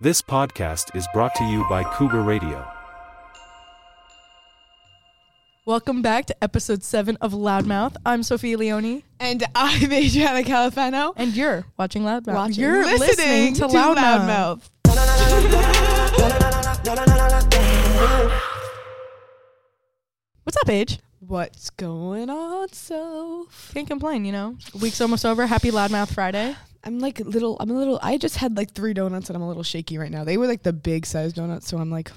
This podcast is brought to you by Cougar Radio. Welcome back to episode seven of Loudmouth. I'm Sophie Leone, And I'm Adriana Califano. and you're watching Loudmouth. Watching- You're listening, to, Loudmouth. What's up, Age? What's going on, Soph? Can't complain, you know. Week's almost over. Happy Loudmouth Friday. I'm like a little, I'm a little, I just had like three donuts and I'm a little shaky right now. They were like the big size donuts. So I'm like,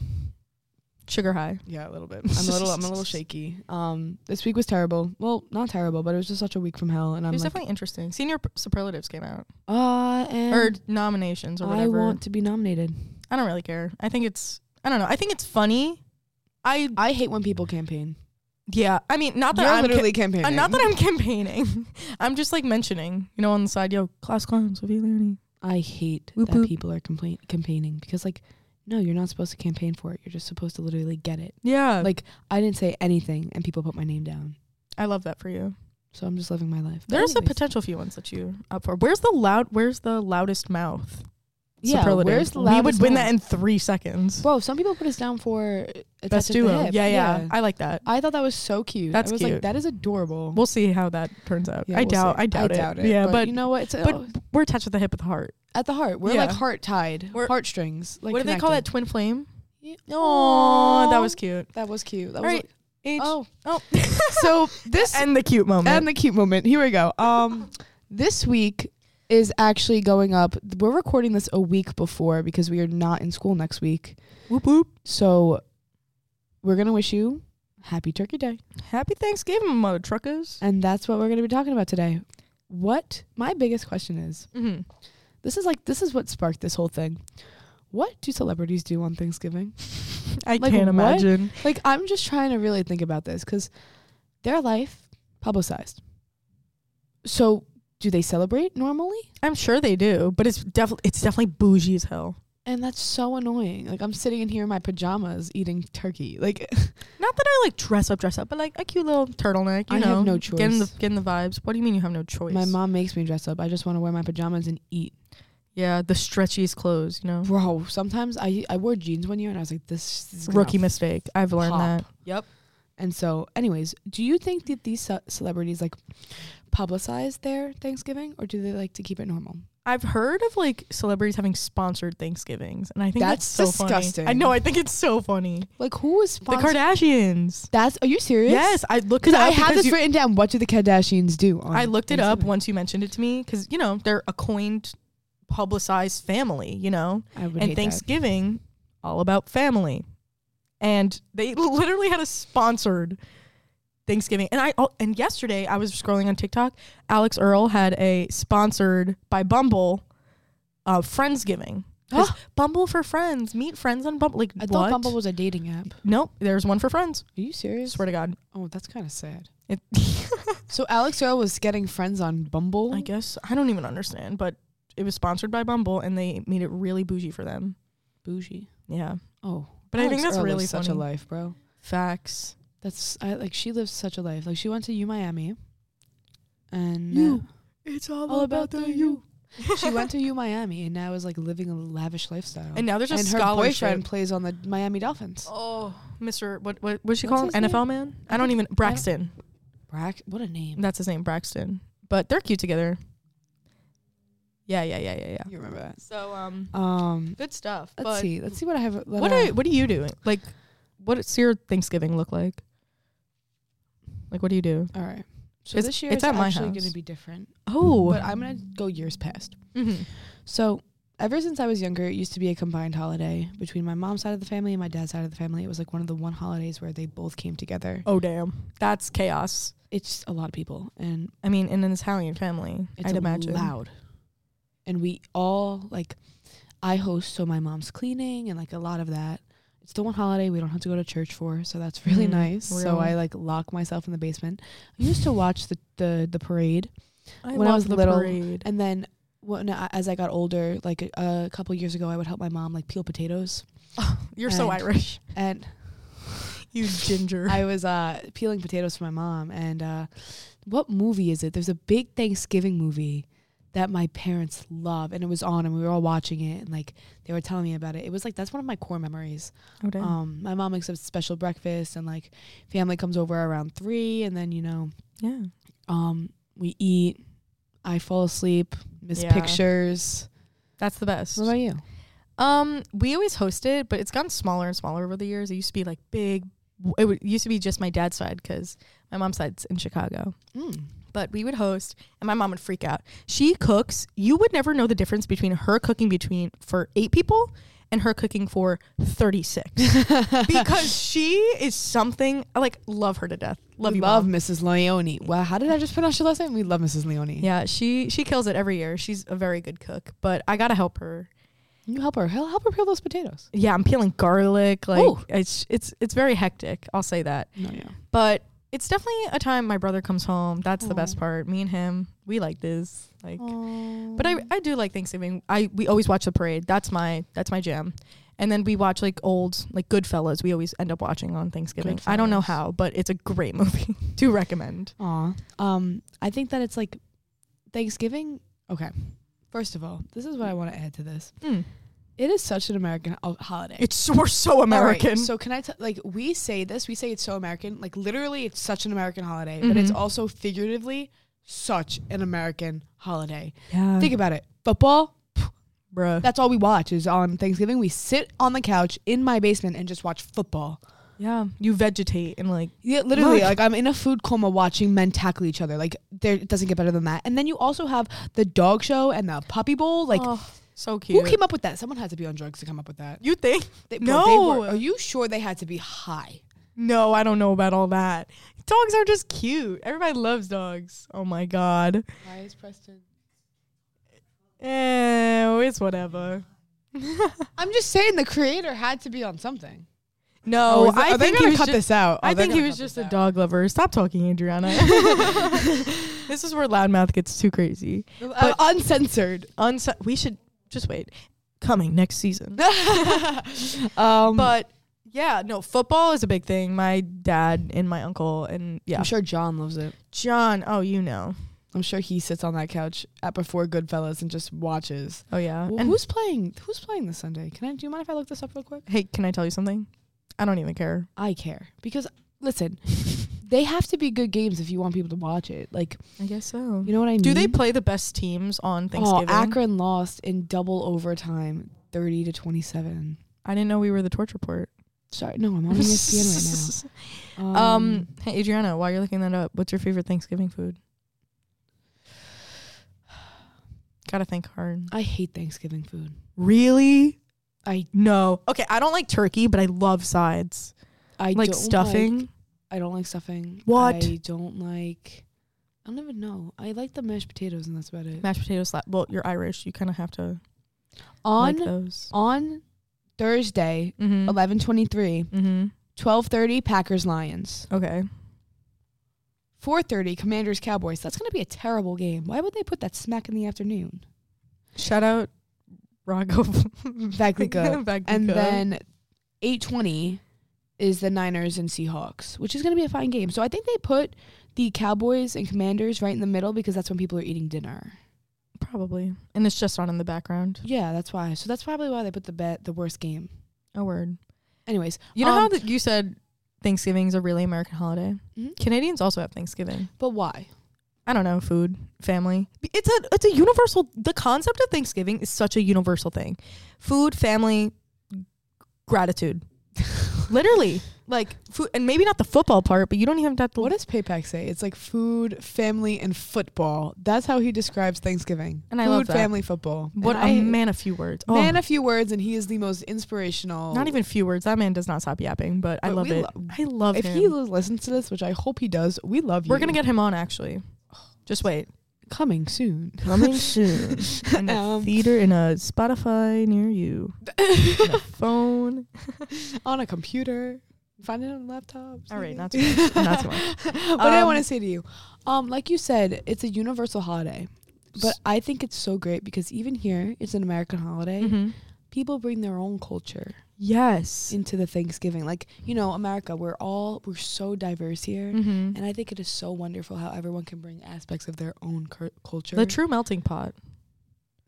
Sugar high. yeah, a little bit. I'm a little, I'm a little shaky. Um, This week was terrible. Well, not terrible, but it was just such a week from hell. And It I'm was like, definitely interesting. Senior p- superlatives came out, uh, or and nominations, or I whatever. I, want to be nominated. don't really care. I think it's. I don't know. I think it's funny. I I hate when people campaign. yeah. I mean, not that You're I'm ca- literally campaigning. uh, not that I'm campaigning. I'm just like mentioning, you know, on the side, yo, class clown, Sophie Leone. I hate Whoop that whoop. people are complain- campaigning because, like, no, you're not supposed to campaign for it. You're just supposed to literally get it. Yeah, like Like, I didn't say anything, and people put my name down. I love that for you. So I'm just living my life. But There's a anyways. potential few ones that you're up for. Where's the loud? Where's the loudest mouth? Yeah, superlative? where's the We would loudest win mouth? that in three seconds. Bro, some people put us down for a touch Best at the duo. hip. Yeah, yeah, I like that. I thought that was so cute. That's I was cute. like, that is adorable. We'll see how that turns out. Yeah, I we'll doubt. see. I doubt it. doubt it. Yeah, but, you know what? It's but oh, we're attached at the hip of the heart. at the heart. We're like Yeah. heart tied, We're- heartstrings. Like what do they call that? connected. Twin flame. Yeah. Oh, that Aw. was cute. That was cute. That All was right. H- oh, oh. so this and the cute moment. and the cute moment. Here we go. Um, this week is actually going up. We're recording this a week before because we are not in school next week. whoop whoop. So we're gonna wish you happy Turkey Day, Happy Thanksgiving, mother truckers. and that's what we're gonna be talking about today. What my biggest question is: Mm-hmm. This is like this is what sparked this whole thing. What do celebrities do on Thanksgiving? I Like, can't what? imagine. Like I'm just trying to really think about this because their life publicized. So do they celebrate normally? I'm sure they do, but it's definitely it's definitely bougie as hell. And that's so annoying. Like I'm sitting in here in my pajamas eating turkey. Like Not that I like dress up, dress up, but like a cute little turtleneck. You I know, have no Getting the choice. getting the vibes. What do you mean you have no choice? my mom makes me dress up. I just want to wear my pajamas and eat. Yeah, the stretchiest clothes. You know, Bro, sometimes I I wore jeans one year and I was like this, is gonna rookie f- mistake. I've learned pop. that. Yep. And so, anyways, do you think that these ce- celebrities like publicize their Thanksgiving or do they like to keep it normal? I've heard of like celebrities having sponsored Thanksgivings, and I think that's, That's so disgusting. Funny. I know. I think it's so funny. Like who is The sponsoring? Kardashians. that's Are you serious? Yes, I looked it Because up. I had because this you- written down. What do the Kardashians do? On I looked it up Thanksgiving? once you mentioned it to me because you know they're a coined, publicized family. You know, I would and hate that. Thanksgiving, all about family. And they literally had a sponsored Thanksgiving. And I oh, and yesterday I was scrolling on TikTok. Alex Earl had a sponsored by Bumble, uh, Friendsgiving. 'Cause Bumble for friends. Meet friends on Bumble. Like I thought what? Bumble was a dating app. Are nope. There's one for friends. you serious? Swear to God. Oh, that's kind of sad. It, So Alex Earl was getting friends on Bumble. I guess I don't even understand, but it was sponsored by Bumble, and they made it really bougie for them. bougie. Yeah. Oh, But I think that's Earl really lives such a funny. life, bro. Facts. That's I, like she lives such a life. Like she went to U Miami, and uh, You. It's all, about the you. she went to U Miami and now is like living a lavish lifestyle. And now there's a Oh. And her scholarship. boyfriend plays on the Miami Dolphins. Oh, Mr. What what was she What's called? his name? NFL man? I don't even Braxton. Brack, what a name! That's his name, Braxton. But they're cute together. Yeah, yeah, yeah, yeah, yeah. You remember that? So um, Um, good stuff. let's but see. Let's see what I have. What, what I, are what are you doing? Like, what's your Thanksgiving look like? Like, what do you do? all right. So It's- this year it's it's at my actually house. going to be different, Oh, but I'm going to go years past. Mhm. So ever since I was younger, it used to be a combined holiday between my mom's side of the family and my dad's side of the family. It was like one of the one holidays where they both came together. oh damn, that's chaos. It's a lot of people, and I mean, in an Italian family, it's I'd a- imagine. loud. And we all like, I host, so my mom's cleaning and like a lot of that. It's the one holiday we don't have to go to church for, so that's really Mm, nice. So real. I like lock myself in the basement. I used to watch the the, the parade. I When I love was the little, parade. And then when I, as I got older, like a, a couple years ago, I would help my mom like peel potatoes. You're so and- Irish. And You ginger. I was uh, peeling potatoes for my mom. And uh, what movie is it? There's a big Thanksgiving movie that my parents love, and it was on, and we were all watching it, and like they were telling me about it. It was like that's one of my core memories. Oh, damn. Um, my mom makes a special breakfast, and like family comes over around three, and then you know, yeah. um, we eat. I fall asleep, miss Yeah. pictures. That's the best. What about you? Um, we always hosted, but it's gotten smaller and smaller over the years. It used to be like big. It would, used to be just my dad's side because my mom's side's in Chicago. Mm. But we would host, and my mom would freak out. She cooks. You would never know the difference between her cooking between for eight people and her cooking for thirty six because she is something. I like love her to death. Love we you, love Mom. Mrs. Leone. Wow, how did I just pronounce your last name? We love Mrs. Leone. Yeah, she she kills it every year. She's a very good cook, but I gotta help her you help her. Hel- Help her peel those potatoes. yeah, I'm peeling garlic. Like Ooh. it's it's it's very hectic. I'll say that. No, yeah. But it's definitely a time my brother comes home. That's the best Aw. part. Me and him, we like this. Like, but I I do like Thanksgiving. I we always watch the parade. That's my that's my jam. And then we watch like old like Goodfellas. We always end up watching on Thanksgiving. I don't know Goodfellas. how, but it's a great movie. do recommend. Aw. Um, I think that it's like Thanksgiving. Okay. First of all, this is what I want to add to this. Mm. It is such an American ho- holiday. It's we're so All right, American. so can I tell? Like we say this, we say it's so American. Like literally, it's such an American holiday, but it's Mhm. also figuratively such an American holiday. yeah, Think about it. Football. bruh. That's all we watch is on Thanksgiving. We sit on the couch in my basement and just watch football. yeah, you vegetate and like Yeah, literally, Look. like I'm in a food coma watching men tackle each other. Like there it doesn't get better than that. And then you also have the dog show and the puppy bowl. Like oh, so cute. who came up with that? Someone had to be on drugs to come up with that. You think? They, bro, they were- No. are you sure they had to be high? No, I don't know about all that. Dogs are just cute. Everybody loves dogs. Oh my god. Why is Preston? Oh, it's whatever. I'm just saying the creator had to be on something. No, is Oh, that- I are they think he gonna was cut ju- this out. Oh, I they're think he gonna was cut just this a out. dog lover. Stop talking, Adriana. this is where loudmouth gets too crazy. Uh, uncensored. Uns- we should just wait. Coming next season. Mm. Um, but yeah, no, football is a big thing. My dad and my uncle and yeah. I'm sure John loves it. John, oh you know. I'm sure he sits on that couch at before Goodfellas and just watches. Oh yeah. Well, and who's playing? Who's playing this Sunday? Can I? Do you mind if I look this up real quick? hey, can I tell you something? I don't even care. I care because listen, they have to be good games if you want people to watch it. Like I guess so. you know what I mean? Do they play the best teams on Oh, Thanksgiving? Akron lost in double overtime, thirty to twenty-seven. I didn't know we were the torch report. Sorry, no, I'm on E ESPN right now. um, hey Adriana, while you're looking that up, what's your favorite Thanksgiving food? Gotta think hard. I hate Thanksgiving food. Really? I No. Okay, I don't like turkey, but I love sides. I like don't stuffing. like- I don't like stuffing. What? I don't like. I don't even know. I like the mashed potatoes, and that's about it. mashed potato slap. Well, you're Irish. You kind of have to on like those. on Thursday, Mm-hmm. eleven twenty-three, Mm-hmm. twelve thirty, Packers Lions. Okay. 4:30 Commanders Cowboys. That's going to be a terrible game. Why would they put that smack in the afternoon? Shout out Rago Vaglica. Vaglica. And then 8:20 is the Niners and Seahawks, which is going to be a fine game. So I think they put the Cowboys and Commanders right in the middle because that's when people are eating dinner. probably. And it's just on in the background. Yeah, that's why. So that's probably why they put the bet the worst game. A word. Anyways, You know um, how that you said Thanksgiving's a really American holiday? Mhm. Canadians also have Thanksgiving. but why? I don't know, food, family. It's a it's a universal the concept of Thanksgiving is such a universal thing. Food, family, gratitude. Literally. Like food and maybe not the football part, but you don't even have to What does Payback say? It's like food, family, and football. That's how he describes Thanksgiving. And I food, love that. family, football. what And I- a man of few words. Oh, man, a few words, and he is the most inspirational. not even few words. That man does not stop yapping, but, I But love we it. lo- I love If him. he li- listens to this, which I hope he does, we love you. We're gonna get him on actually. Just wait. coming soon. Coming soon. In a Um, theater in a Spotify near you. In a phone. on a computer. Find it on laptops. All right, maybe. not too much. Not too much. What did I Um, want to say to you, um, like you said, it's a universal holiday, but I think it's so great because even here, it's an American holiday. Mhm. People bring their own culture. Yes. into the Thanksgiving. Like, you know, America, we're all we're so diverse here. hmm And I think it is so wonderful how everyone can bring aspects of their own cur- culture. The true melting pot.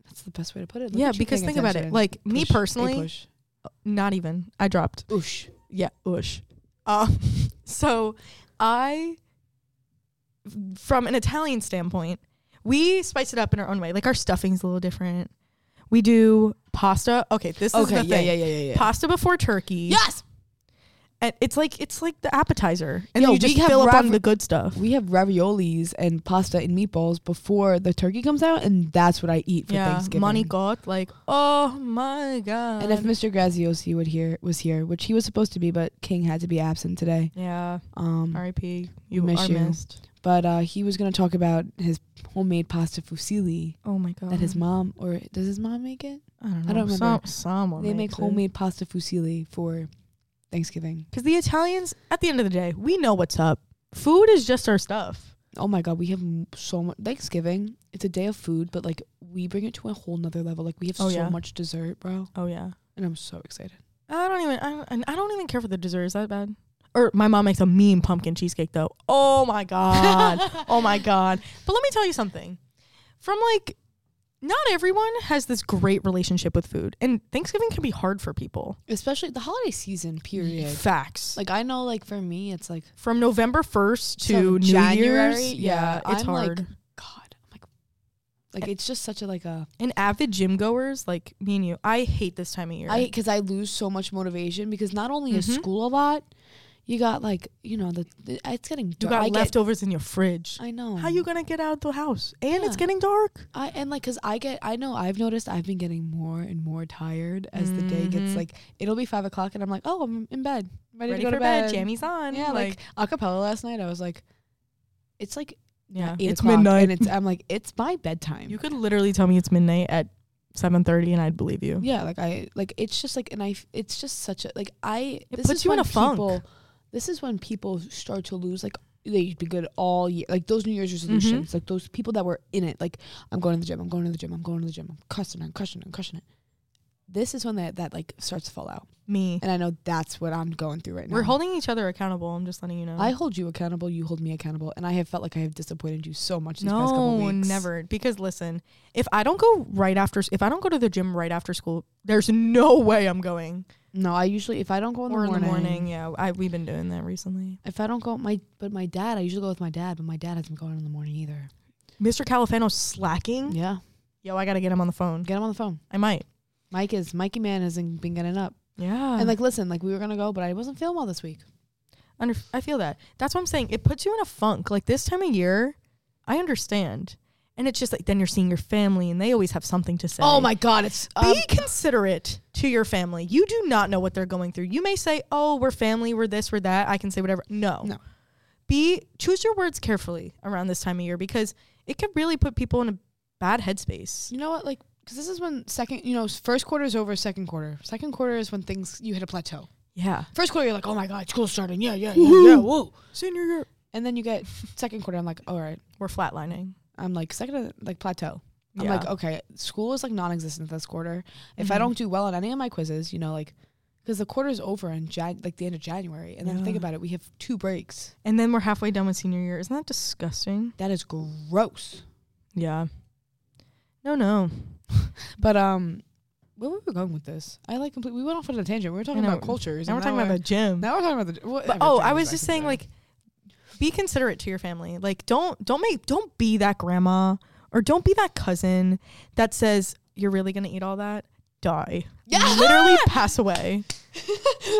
That's the best way to put it. Look yeah, at you because paying think about it. attention. Like me Push, big personally, push. not even. I dropped. Oosh. Yeah, oosh. Uh, so I, from an Italian standpoint, we spice it up in our own way. Like our stuffing's a little different. We do pasta. Okay, this Okay, is the yeah, thing. yeah, yeah, yeah, yeah. Pasta before turkey. Yes. and it's like it's like the appetizer, and Yo, then you just we have fill up on rav- the good stuff. We have raviolis and pasta and meatballs before the turkey comes out, and that's what I eat for yeah, Thanksgiving. money got like oh my god. And if Mr. Graziosi would hear was here, which he was supposed to be, but King had to be absent today. yeah, Um, R.I.P. You miss are you. missed. but uh, he was gonna talk about his homemade pasta fusilli Oh my god. that his mom or does his mom make it? I don't know. I don't remember. Some, someone they make makes it. homemade pasta fusilli for Thanksgiving. Because the Italians, at the end of the day, we know what's up. Food is just our stuff. Oh my god, we have m- so much Thanksgiving. It's a day of food, but like we bring it to a whole nother level. Like we have Oh, so yeah. much dessert, bro, Oh yeah. and I'm so excited. I don't even. I don't, I don't even care for the dessert. Is that bad? Or my mom makes a mean pumpkin cheesecake though. Oh my god. oh my god. But let me tell you something. From like, not everyone has this great relationship with food, and Thanksgiving can be hard for people. Especially the holiday season, period. Facts. Like Like I know, like for me, it's like from November first to Till New January, Year's. yeah, Yeah, it's I'm, like, hard. God, I'm like, like it's just such a like a and avid gym goers like me and you, I hate this time of year. I because I lose so much motivation because not only is Mhm. school a lot, you got like you know the, the- it's getting You dark. got I get- leftovers in your fridge. I know How you gonna get out of the house? And it's Mm. Yeah. getting dark. I and like because I get I know I've noticed I've been getting more and more tired as the day gets Mhm. like it'll be five o'clock and I'm like oh I'm in bed ready, Ready to go for to bed, bed, jammies on. yeah like, acapella last night I was like it's like yeah, eight it's o'clock, midnight. and it's I'm like it's my bedtime you could literally tell me it's midnight at seven thirty, and I'd believe you. Yeah, like I like it's just like and I f- it's just such a like I It this puts is you in when a funk. People, this is when people start to lose like they've been good all year like those New Year's Mm-hmm. resolutions like those people that were in it like I'm going to the gym I'm going to the gym I'm going to the gym I'm crushing it I'm crushing it I'm crushing it. This is when that that like starts to fall out, Me, and I know that's what I'm going through right now. we're holding each other accountable. I'm just letting you know. I hold you accountable, you hold me accountable, and I have felt like I have disappointed you so much these past couple no, weeks. never. Because listen, if I don't go right after, s- if I don't go to the gym right after school, there's no way I'm going. No, I usually if I don't go in, or the, morning, in the morning. Yeah, I, we've been doing that recently. if I don't go my but my dad I usually go with my dad, but my dad hasn't gone in the morning either. Mr. Califano's slacking. Yeah, Yo, I gotta get him on the phone. get him on the phone. I might. Mike is Mikey man hasn't been getting up. Yeah. And like, listen, like we were gonna go, but I wasn't feeling well this week. Under, I feel that. That's what I'm saying. It puts you in a funk. Like this time of year, I understand. And it's just like then you're seeing your family and they always have something to say. Oh god, it's um, Be considerate to your family. You do not know what they're going through. You may say, "Oh, we're family. We're this. We're that. I can say whatever." No. No. Be choose your words carefully around this time of year because it could really put people in a bad headspace. you know what, like, because this is when second, you know, first quarter is over, second quarter, second quarter is when things you hit a plateau. Yeah. First quarter, you're like, oh my god, school's starting, yeah, yeah, yeah, yeah, whoa. Senior year, And then you get second quarter, I'm like, all right, we're flatlining. I'm like second like plateau. I'm Yeah. like, oh. okay, school is like non-existent this quarter. If I Mhm. don't do well on any of my quizzes, you know, like, because the quarter's over in Jan, like the end of January, and then think Yeah. about it, we have two breaks. And then we're halfway done with senior year. Isn't that disgusting? That is gross. Yeah. No, no. But um, where were we going with this? I like complete. We went off on a tangent. We were talking know. about cultures. Now we're and talking about the gym. now we're talking about the. Well, But oh, I was just saying, like, be considerate to your family. Like, don't don't make don't be that grandma or don't be that cousin that says you're really gonna eat all that. Die. Yeah. Literally pass away.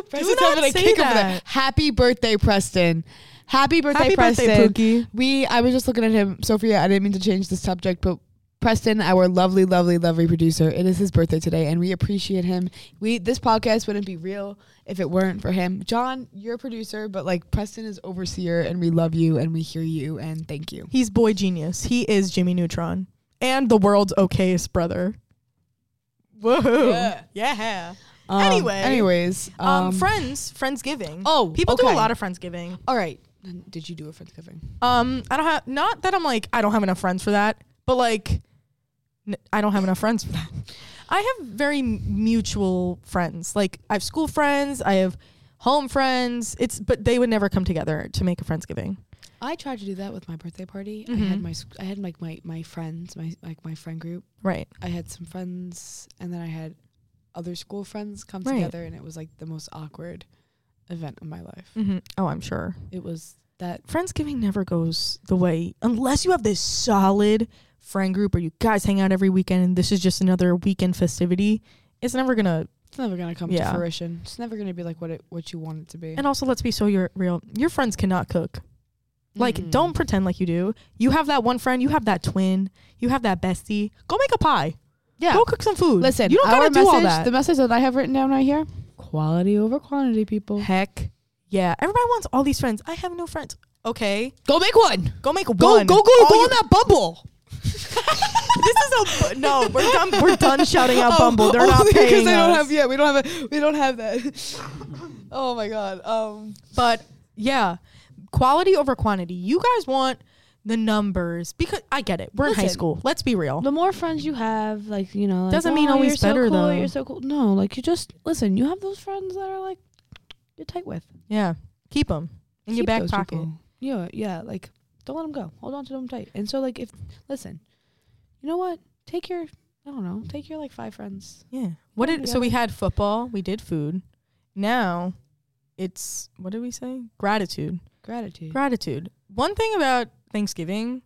Preston's not having a say kick over there. that. Happy birthday, Preston! Happy birthday, Happy Preston! birthday, Pookie. We. I was just looking at him, Sophia. I didn't mean to change the subject, but. Preston, our lovely, lovely, lovely producer. It is his birthday today, and we appreciate him. We this podcast wouldn't be real if it weren't for him. John, you're a producer, but like Preston is overseer, and we love you, and we hear you, and thank you. He's boy genius. He is Jimmy Neutron and the world's okayest brother. Whoa. Yeah. Yeah. Um, Anyway. anyways, um, Um, friends, friendsgiving. Oh, people do okay. a lot of friendsgiving. all right. Then Did you do a friendsgiving? Um, I don't have not that I'm like I don't have enough friends for that, but like n- I don't have enough friends for that. I have very m- mutual friends. Like I have school friends, I have home friends. It's but they would never come together to make a friendsgiving. I tried to do that with my birthday party. I Mhm. had my sc- I had like my my friends, my like my friend group. Right. I had some friends, and then I had other school friends come Right. together, and it was like the most awkward event of my life. Mm-hmm. Oh, I'm sure. It was that Friendsgiving never goes the way unless you have this solid friend group or you guys hang out every weekend and this is just another weekend festivity. It's never gonna. it's never gonna come Yeah. to fruition. It's never gonna be like what it what you want it to be. And also, let's be so you real. Your friends cannot cook. Like, Mm. don't pretend like you do. You have that one friend. You have that twin. You have that bestie. Go make a pie. yeah. Go cook some food. Listen, you don't our gotta do all message- that. The message that I have written down right here: quality over quantity, people. Heck yeah. Everybody wants all these friends. I have no friends. Okay. Go make one. Go make Go one. go go All go you- on that Bumble. this is a. No, we're done. We're done shouting out Bumble. They're not only paying Oh, they us. don't have. Yeah, we don't have it. We don't have that. oh my god. Um. But yeah, quality over quantity. You guys want the numbers because I get it. We're in high Listen. school. Let's be real. The more friends you have, like you know, like, Doesn't mean "Oh, always you're so better, cool, though. You're so cool. No, like you just listen. You have those friends that are like you're tight with Yeah. Keep them in your Keep back those pocket. people. Yeah, yeah. Like don't let them go. Hold on to them tight. And so like if listen, you know what? Take your I don't know. Take your like five friends. Yeah. What Come did so we together. had football, we did food. Now it's what did we say? Gratitude. Gratitude. Gratitude. One thing about Thanksgiving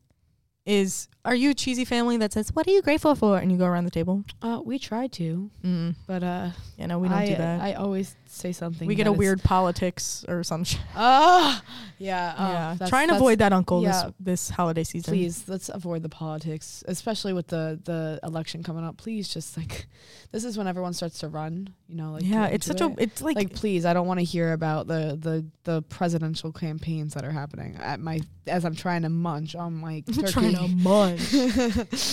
is are you a cheesy family that says, What are you grateful for? And you go around the table? uh, we try to, Mm. but uh, Yeah, no, we don't I, do that. I always say something. we get that a is- weird politics or some shit. Ah, yeah. oh, yeah. that's- Try and that's- avoid that, Uncle, yeah. this, this holiday season. please let's avoid the politics especially with the the election coming up please just like this is when everyone starts to run you know like yeah, get it's into such a. it. It's like, like, please i don't want to hear about the the the presidential campaigns that are happening at my as i'm trying to munch on my turkey trying to munch.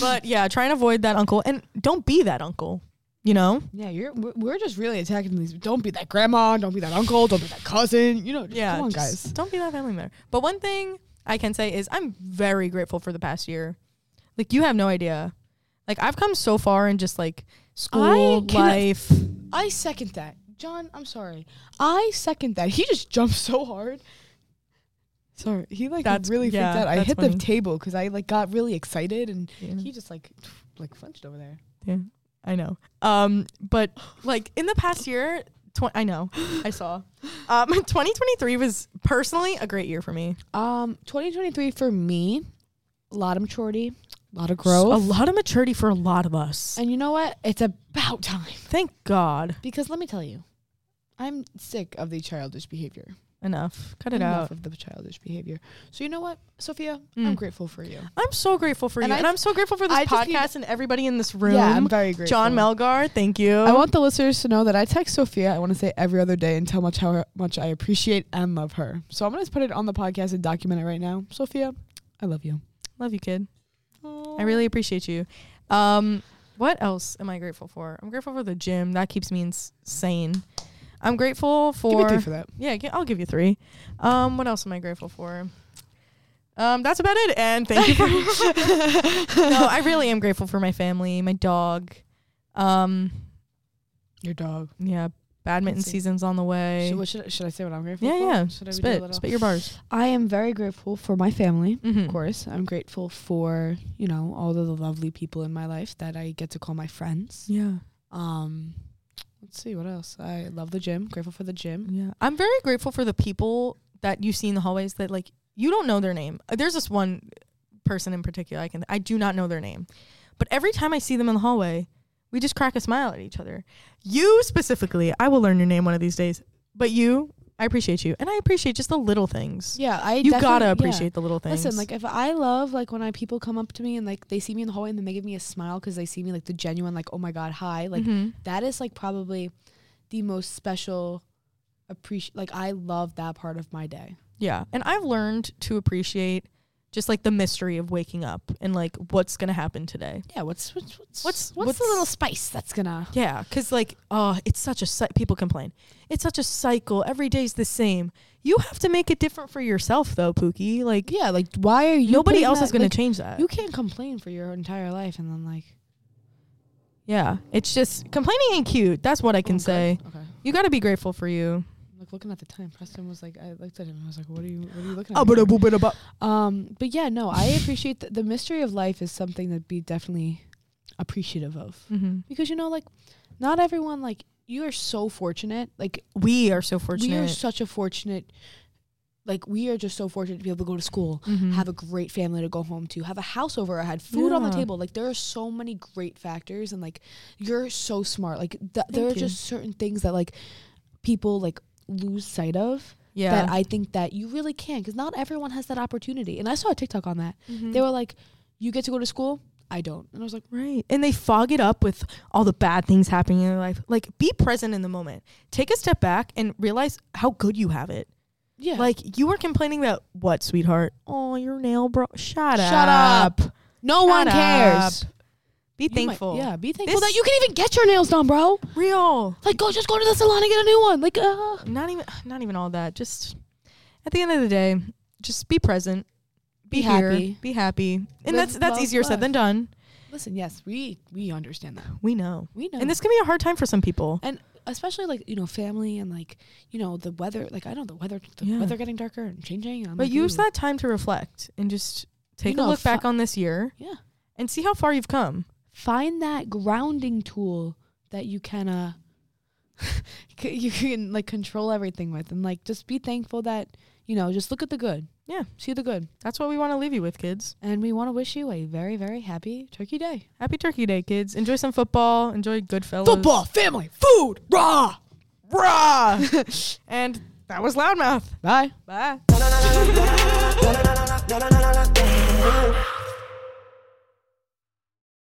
but yeah, try and avoid that uncle, and don't be that uncle. You know. yeah you're we're, we're just really attacking these don't be that grandma don't be that uncle don't be that cousin you know just- Yeah. come on just guys Don't be that family member. But one thing I can say is I'm very grateful for the past year. Like you have no idea. Like I've come so far in just like school cannot- life. i second that john i'm sorry i second that he just jumped so hard sorry he like That's- really freaked yeah, out i that's hit funny. Mm. the table because i like got really excited and Yeah. He just like like flinched over there. Yeah, I know. Um, but like in the past year, tw- I know, I saw. Um, 2023 was personally a great year for me. Um, 2023 for me, a lot of maturity, a lot of A growth, lot of maturity for a lot of us. and you know what? It's about time Thank God. because let me tell you, I'm sick of the childish behavior. Enough. Cut it Enough out. of the childish behavior. So you know what, Sophia, Mm. I'm grateful for you. I'm so grateful for And you. I and I'm so grateful for this I just need- podcast and everybody in this room. Yeah, I'm very grateful. John Melgar, thank you. I want the listeners to know that I text Sophia. I want to say every other day and tell much how much I appreciate and love her. So I'm gonna just put it on the podcast and document it right now. Sophia, I love you. Love you, kid. I really appreciate you. Um, what else am I grateful for? I'm grateful for the gym. That keeps me insane. I'm grateful give me three for for that. yeah. gi- I'll give you three. Um, what else am I grateful for? Um, that's about it. And thank you for. no, I really am grateful for my family, my dog. Um, Your dog. yeah, badminton Let's see. season's on the way. Should, what should, I- should I say what I'm grateful yeah, for? yeah. Should I do a Spit, little- spit your bars. I am very grateful for my family, Mm-hmm. of course. I'm grateful for, you know, all of the lovely people in my life that I get to call my friends. Yeah, Um, let's see what else. I love the gym. Grateful for the gym. yeah. I'm very grateful for the people that you see in the hallways that like you don't know their name. Uh, There's this one person in particular I can I do not know their name, but every time I see them in the hallway, we just crack a smile at each other. You specifically, I will learn your name one of these days. But you, I appreciate you, and I appreciate just the little things. Yeah, I you gotta definitely- yeah. appreciate the little things. Listen, like if I love like when I people come up to me and like they see me in the hallway and then they give me a smile because they see me like the genuine like oh my god hi like Mhm. that is like probably the most special appreciate like I love that part of my day. Yeah. And I've learned to appreciate just like the mystery of waking up and like what's going to happen today. Yeah, what's what's what's What's- what's, what's- the little spice that's gonna Yeah, cuz like oh, it's such a cy- people complain. It's such a cycle. Every day's the same. You have to make it different for yourself though, Pookie. Like yeah like why are you nobody putting else is that- going like, to change that. you can't complain for your entire life and then like Yeah, it's just complaining ain't cute. That's what I can say. oh, Okay. You got to be grateful for you. Like looking at the time, Preston was like, I looked at him. I was like, "What are you? What are you looking at?" Ah, me but a for?" boo, but a bu- um, but yeah, no, I appreciate th- the mystery of life is something that be definitely appreciative of Mhm. because you know, like, not everyone like you are so fortunate. Like We are so fortunate. we are such a fortunate, like we are just so fortunate to be able to go to school, Mhm. have a great family to go home to, have a house over our head, food on the Yeah. table. Like there are so many great factors, and like you're so smart. Like th- there are Thank you. just certain things that like people like lose sight of yeah. that I think that you really can because not everyone has that opportunity. And I saw a TikTok on that. Mm-hmm. They were like, "You get to go to school, I don't," and I was like, Right. And they fog it up with all the bad things happening in their life. Like, be present in the moment. Take a step back and realize how good you have it. "Yeah, Like, you were complaining about what, sweetheart? Oh, your nail bro. Shut, Shut up. no Shut one cares." up. Be You might- thankful. yeah, be thankful This- that you can even get your nails done, bro. Real. Like, go just go to the salon and get a new one. Like, uh, Not even not even all that. Just at the end of the day, just be present. Be, Be here. happy. Be happy. And Live, that's that's love, easier said than done. listen, yes, we we understand that. We know. We know. And this can be a hard time for some people. and especially like you know family and like you know the weather. Like I know the weather, the Yeah. weather getting darker and changing. I'm But like, use ooh. that time to reflect and just take a know, look fi- back on this year. Yeah. And see how far you've come. Find that grounding tool that you can uh c- you can like control everything with, and like just be thankful that you know just look at the good. Yeah. see the good, That's what we want to leave you with, kids. and we want to wish you a very very happy Turkey Day. Happy Turkey Day, kids. Enjoy some football. Enjoy Goodfellas. Football, family, food, raw. Rah! and that was Loudmouth. Bye. Bye.